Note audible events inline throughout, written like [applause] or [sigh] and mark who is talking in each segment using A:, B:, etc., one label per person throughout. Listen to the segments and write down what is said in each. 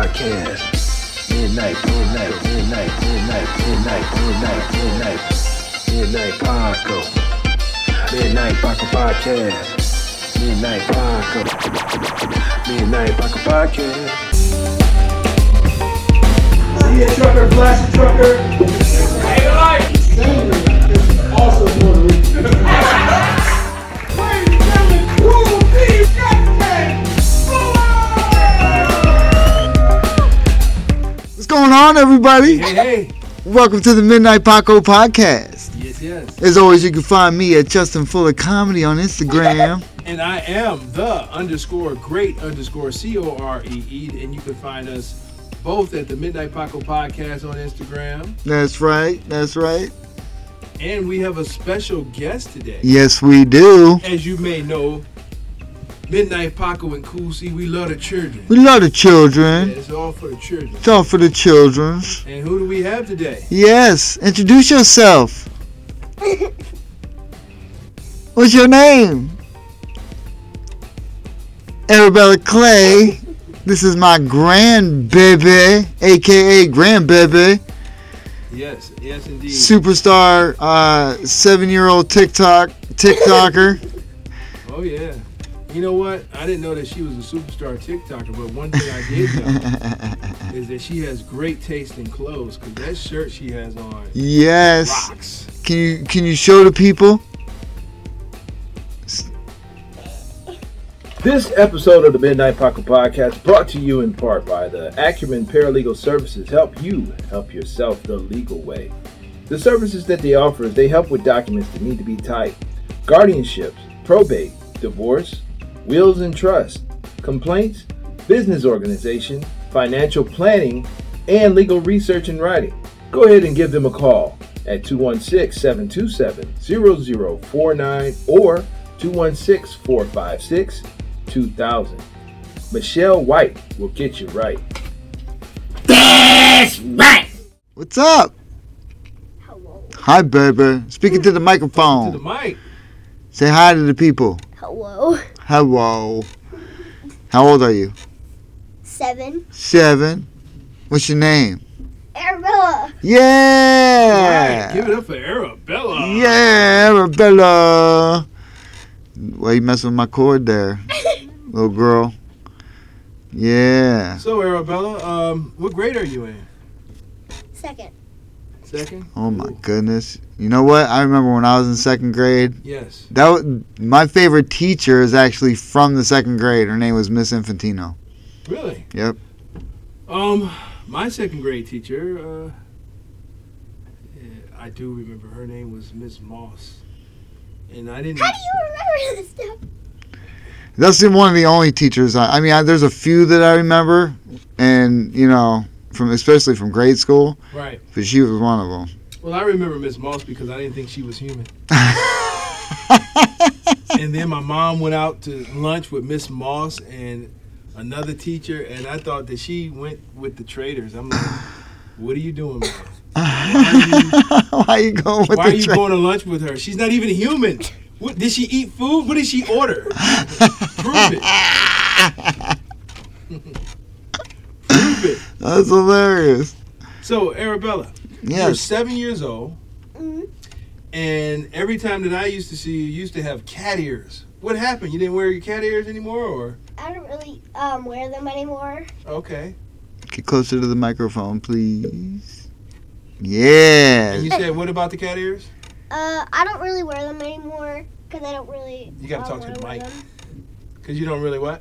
A: podcast. Midnight, midnight, midnight, midnight, midnight, midnight, midnight, midnight, Paco. Midnight Paco podcast. Midnight Paco. Midnight Paco podcast. See ya, trucker, flash trucker. Also, Puerto Rican.
B: What's going on, everybody?
C: Hey,
B: Welcome to the Midnight Paco podcast.
C: yes, yes.
B: As always, you can find me at Justin Fuller Comedy on Instagram. [laughs]
C: And I am the underscore great underscore C O R E E. And you can find us both at the Midnight Paco Podcast on Instagram.
B: That's right. That's right.
C: And we have a special guest today.
B: Yes, we do.
C: As you may know, Midnight Paco and Cool C, we love the children.
B: We love the
C: Yeah,
B: children.
C: it's all for the children.
B: It's all for the children.
C: And who do we have today?
B: Yes,
C: [laughs]
B: introduce yourself. What's your name? Arabella Clay. This is my grandbaby, aka grandbaby.
C: Yes, yes, indeed.
B: superstar uh, seven-year-old TikTok TikToker.
C: Oh, yeah. You know what? I didn't know that she was a superstar TikToker, but one thing I did know is that she has great taste in clothes because that shirt she has on
B: yes.
C: rocks.
B: Can you can you show the people?
C: This episode of the Midnight Pocket Podcast brought to you in part by the Acumen Paralegal Services help you help yourself the legal way. The services that they offer is they help with documents that need to be typed, guardianships, probate, divorce, wills and trust, complaints, business organization, financial planning, and legal research and writing. Go ahead and give them a call at 216 727 0049 or 216 456 2000. Michelle White will get you right.
B: What's up?
D: Hello.
B: Hi, baby. Speaking to the microphone.
C: mic.
B: Say hi to the people.
D: Hello.
B: Hello. How old are you?
D: Seven.
B: Seven. What's your name?
D: Arabella.
B: Yeah.
C: Give it up for Arabella.
B: Yeah, Arabella. Why you messing with my cord there, little girl? Yeah.
C: So Arabella, um, what grade are you in?
D: Second.
C: Second.
B: Oh my goodness. You know what? I remember when I was in second grade.
C: Yes.
B: That wa my favorite teacher is actually from the second grade. Her name was Miss Infantino.
C: Really.
B: Yep.
C: Um, my second grade teacher, uh, yeah, I do remember her name was Miss Moss, and I didn't.
D: How do you remember [laughs] this stuff?
B: That's the- one of the only teachers I, I mean, I, there's a few that I remember and, you know, from especially from grade school,
C: Right.
B: but she was one of them. [laughs]
C: Well, I remember Miss Moss because I didn't think she was human. and then my mom went out to lunch with Miss Moss and another teacher, and I thought that she went with the traders. I'm like, what are you doing? Man?
B: Why are you going with
C: Why are
B: the
C: you
B: tra-
C: going to lunch with her? She's not even human. What did she eat food? What did she order? Prove it. Prove it.
B: [laughs] That's hilarious.
C: So Arabella, you're
B: Yes.
C: seven years old, Mm-hmm.
D: Mm,
C: and every time that I used to see you, you used to have cat ears. What happened? You didn't wear your cat ears anymore, or
D: I don't really um wear them anymore.
C: okay?
B: Get closer to the microphone, please. Yeah.
C: And you said, what about the cat ears?
D: Uh, I don't really wear them anymore because I don't really. um,
C: You gotta talk to the mic.
D: Want
C: Because you don't really what?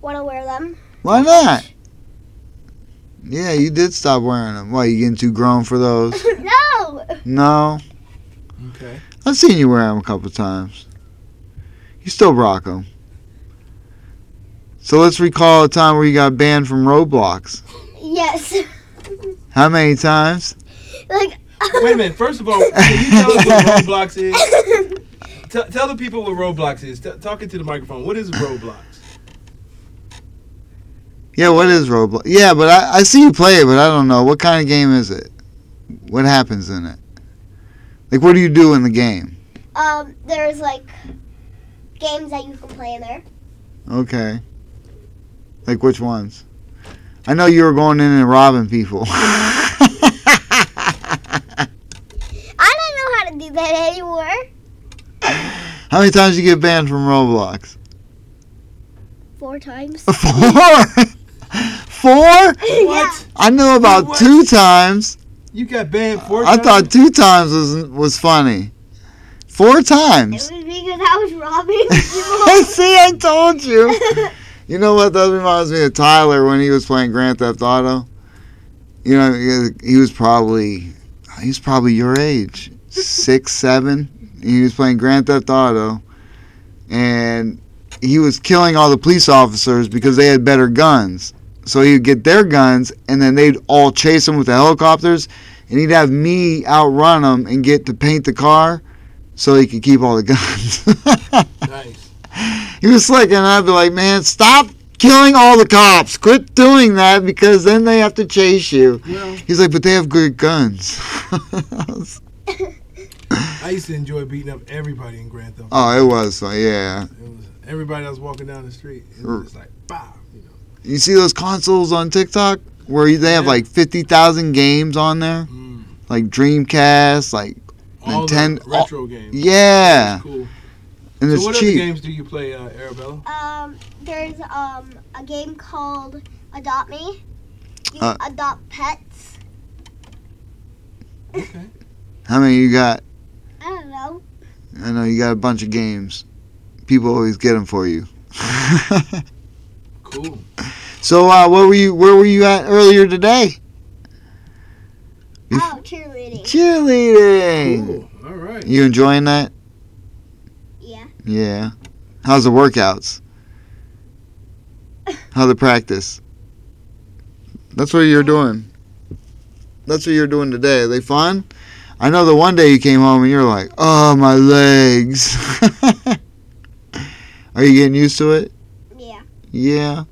D: to wear them? [laughs]
B: Why not? Yeah, you did stop wearing them. Why you getting too grown for
D: [laughs]
B: those?
D: no.
B: No,
C: Okay.
B: I've seen you wear them a couple times. You still rock them. So let's recall a time where you got banned from Roblox.
D: Yes. [laughs]
B: How many times?
D: like. [laughs]
C: Wait a minute. First
B: [laughs]
C: of all, can you tell us what Roblox is? Tell tell the people what Roblox is. T- talking to the microphone. What is Roblox?
B: Yeah, what is Roblox? Yeah, but I, I see you play it, but I don't know what kind of game is it. What happens in it? Like, what do you do in the game?
D: um, there's like games that you can play in there.
B: Okay. Like which ones? I know you were going in and robbing people. [laughs]
D: I don't know how to do that anymore.
B: How many times you get banned from Roblox? [laughs]
D: Four times. [laughs]
B: Four. [laughs] Four?
D: What?
B: I know about
C: What?
B: two times.
C: You got banned four
B: I
C: times?
B: thought two times was was funny. Four
D: It
B: times.
D: was because I was
B: [laughs]
D: robbing people.
B: See, I told you.
C: [laughs]
B: [laughs] You know what? That reminds me of Tyler when he was playing Grand Theft Auto. You know, he- he was probably he was probably your age, six, [laughs] seven. He was playing Grand Theft Auto, and he was killing all the police officers because they had better guns. So he'd get their guns, and then they'd all chase him with the helicopters, and he'd have me outrun him and get to paint the car, so he could keep all the guns. [laughs]
C: Nice.
B: He was slick, and I'd be like, man, stop killing all the cops. Quit doing that because then they have to chase you.
C: Well,
B: He's like, but they have good guns. [laughs] I was-
C: I used to enjoy beating up everybody in Grand Theft.
B: oh, it was fun. Yeah.
C: It was everybody that was walking down the street. It was just like, bah. You know.
B: You see those consoles on TikTok where they have
C: Yeah.
B: like 50,000 games on there?
C: Mm.
B: Like Dreamcast, like,
C: All
B: Nintendo-
C: the retro games.
B: yeah.
C: Cool.
B: And
C: so
B: it's
C: what other
B: cheap.
C: games do you play, uh, Arabella?
D: um, there's um a game called Adopt Me. You
B: Uh,
D: adopt pets.
C: Okay.
B: How many you got?
D: I don't know.
B: I know you got a bunch of games. People always get them for you. [laughs]
C: Cool.
B: so, uh, what were you? Where were you at earlier today? If-
D: Oh, cheerleading.
B: Cheerleading.
C: Cool. All right.
B: You enjoying that?
D: Yeah.
B: Yeah. How's the workouts? How the practice? That's what you're doing. That's what you're doing today. Are they fun? I know the one day you came home and you're like, "Oh, my legs." [laughs] Are you getting used to it?
D: Yeah.
B: Yeah.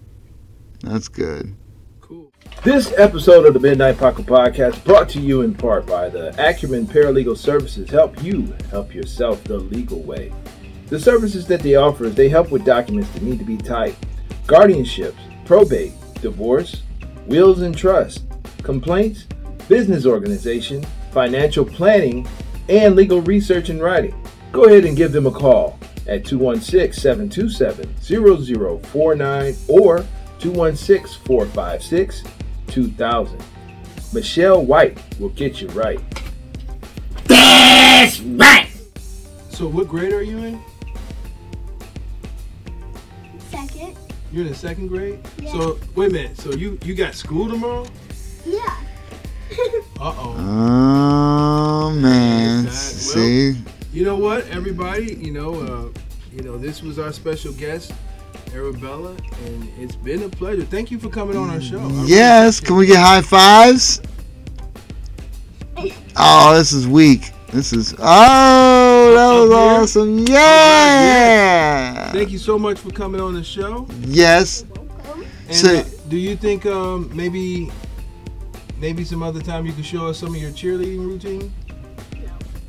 B: That's good.
C: Cool.
E: This episode of the Midnight Pocket Podcast brought to you in part by the Acumen Paralegal Services help you help yourself the legal way. The services that they offer is they help with documents that need to be typed, guardianships, probate, divorce, wills and trust, complaints, business organization, financial planning, and legal research and writing. Go ahead and give them a call at 216-727-0049 or 216-456-2000. Michelle White will get you right.
C: So what grade are you in?
D: Second.
C: You're in the second grade.
D: Yeah.
C: So wait a minute. So you you got school tomorrow?
D: Yeah.
C: Uh
B: Uh-huh.
C: oh.
B: Oh man,
C: Yes, that
B: see,
C: You know what, everybody? You know, uh, you know, this was our special guest, Arabella, and it's been a pleasure. Thank you for coming on our show. I really
B: Yes. Can we get high fives? Oh, this is weak. This is. Oh, that was
C: Up here?
B: awesome. Yeah.
C: Thank you so much for coming on the show.
B: Yes. [laughs]
D: Welcome.
C: And
B: So-
C: uh, do you think um, maybe maybe some other time you could show us some of your cheerleading routine?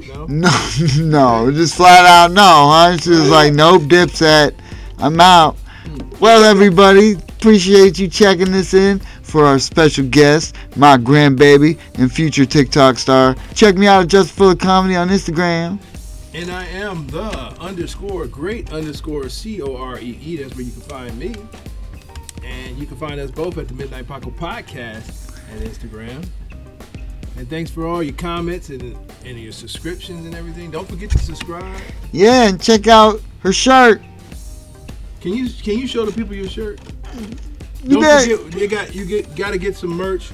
C: No. No?
B: No, no. Just flat out no, huh? She was like, nope, dipset. I'm out. Well, everybody, appreciate you checking this in for our special guest, my grandbaby and future TikTok star. Check me out at Just Full of Comedy on Instagram.
C: And I am the underscore great underscore C O R E E. That's where you can find me. And you can find us both at the Midnight Paco Podcast and Instagram. And thanks for all your comments and, and your subscriptions and everything. Don't forget to subscribe.
B: Yeah, and check out her shirt.
C: Can you can you show the people your shirt? Don't
B: You bet.
C: forget, you got you get gotta get some merch.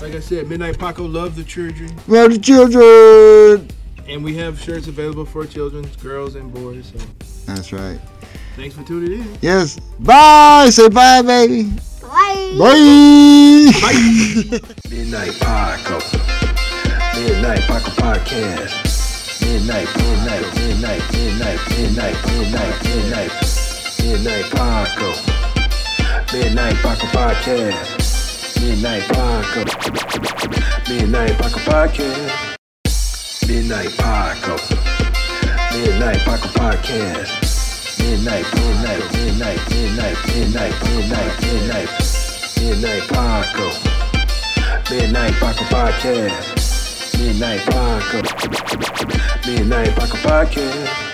C: Like I said, Midnight Paco love the children,
B: Love the children.
C: and we have shirts available for children, girls and boys. So
B: That's right.
C: thanks for tuning in.
B: Yes. Bye. Say bye, baby.
D: Bye.
B: Bye.
A: Midnight Paco. Midnight Paco Podcast. Midnight, midnight, midnight, midnight, midnight, midnight, midnight. Midnight Paco. Midnight Paco Podcast. Midnight Paco. Midnight Paco Podcast. Midnight Paco. Midnight Paco Podcast. Midnight, midnight, midnight, midnight, midnight, midnight, midnight. Midnight Paco. Pocket Podcast. Midnight Pocket. Midnight Pocket Podcast.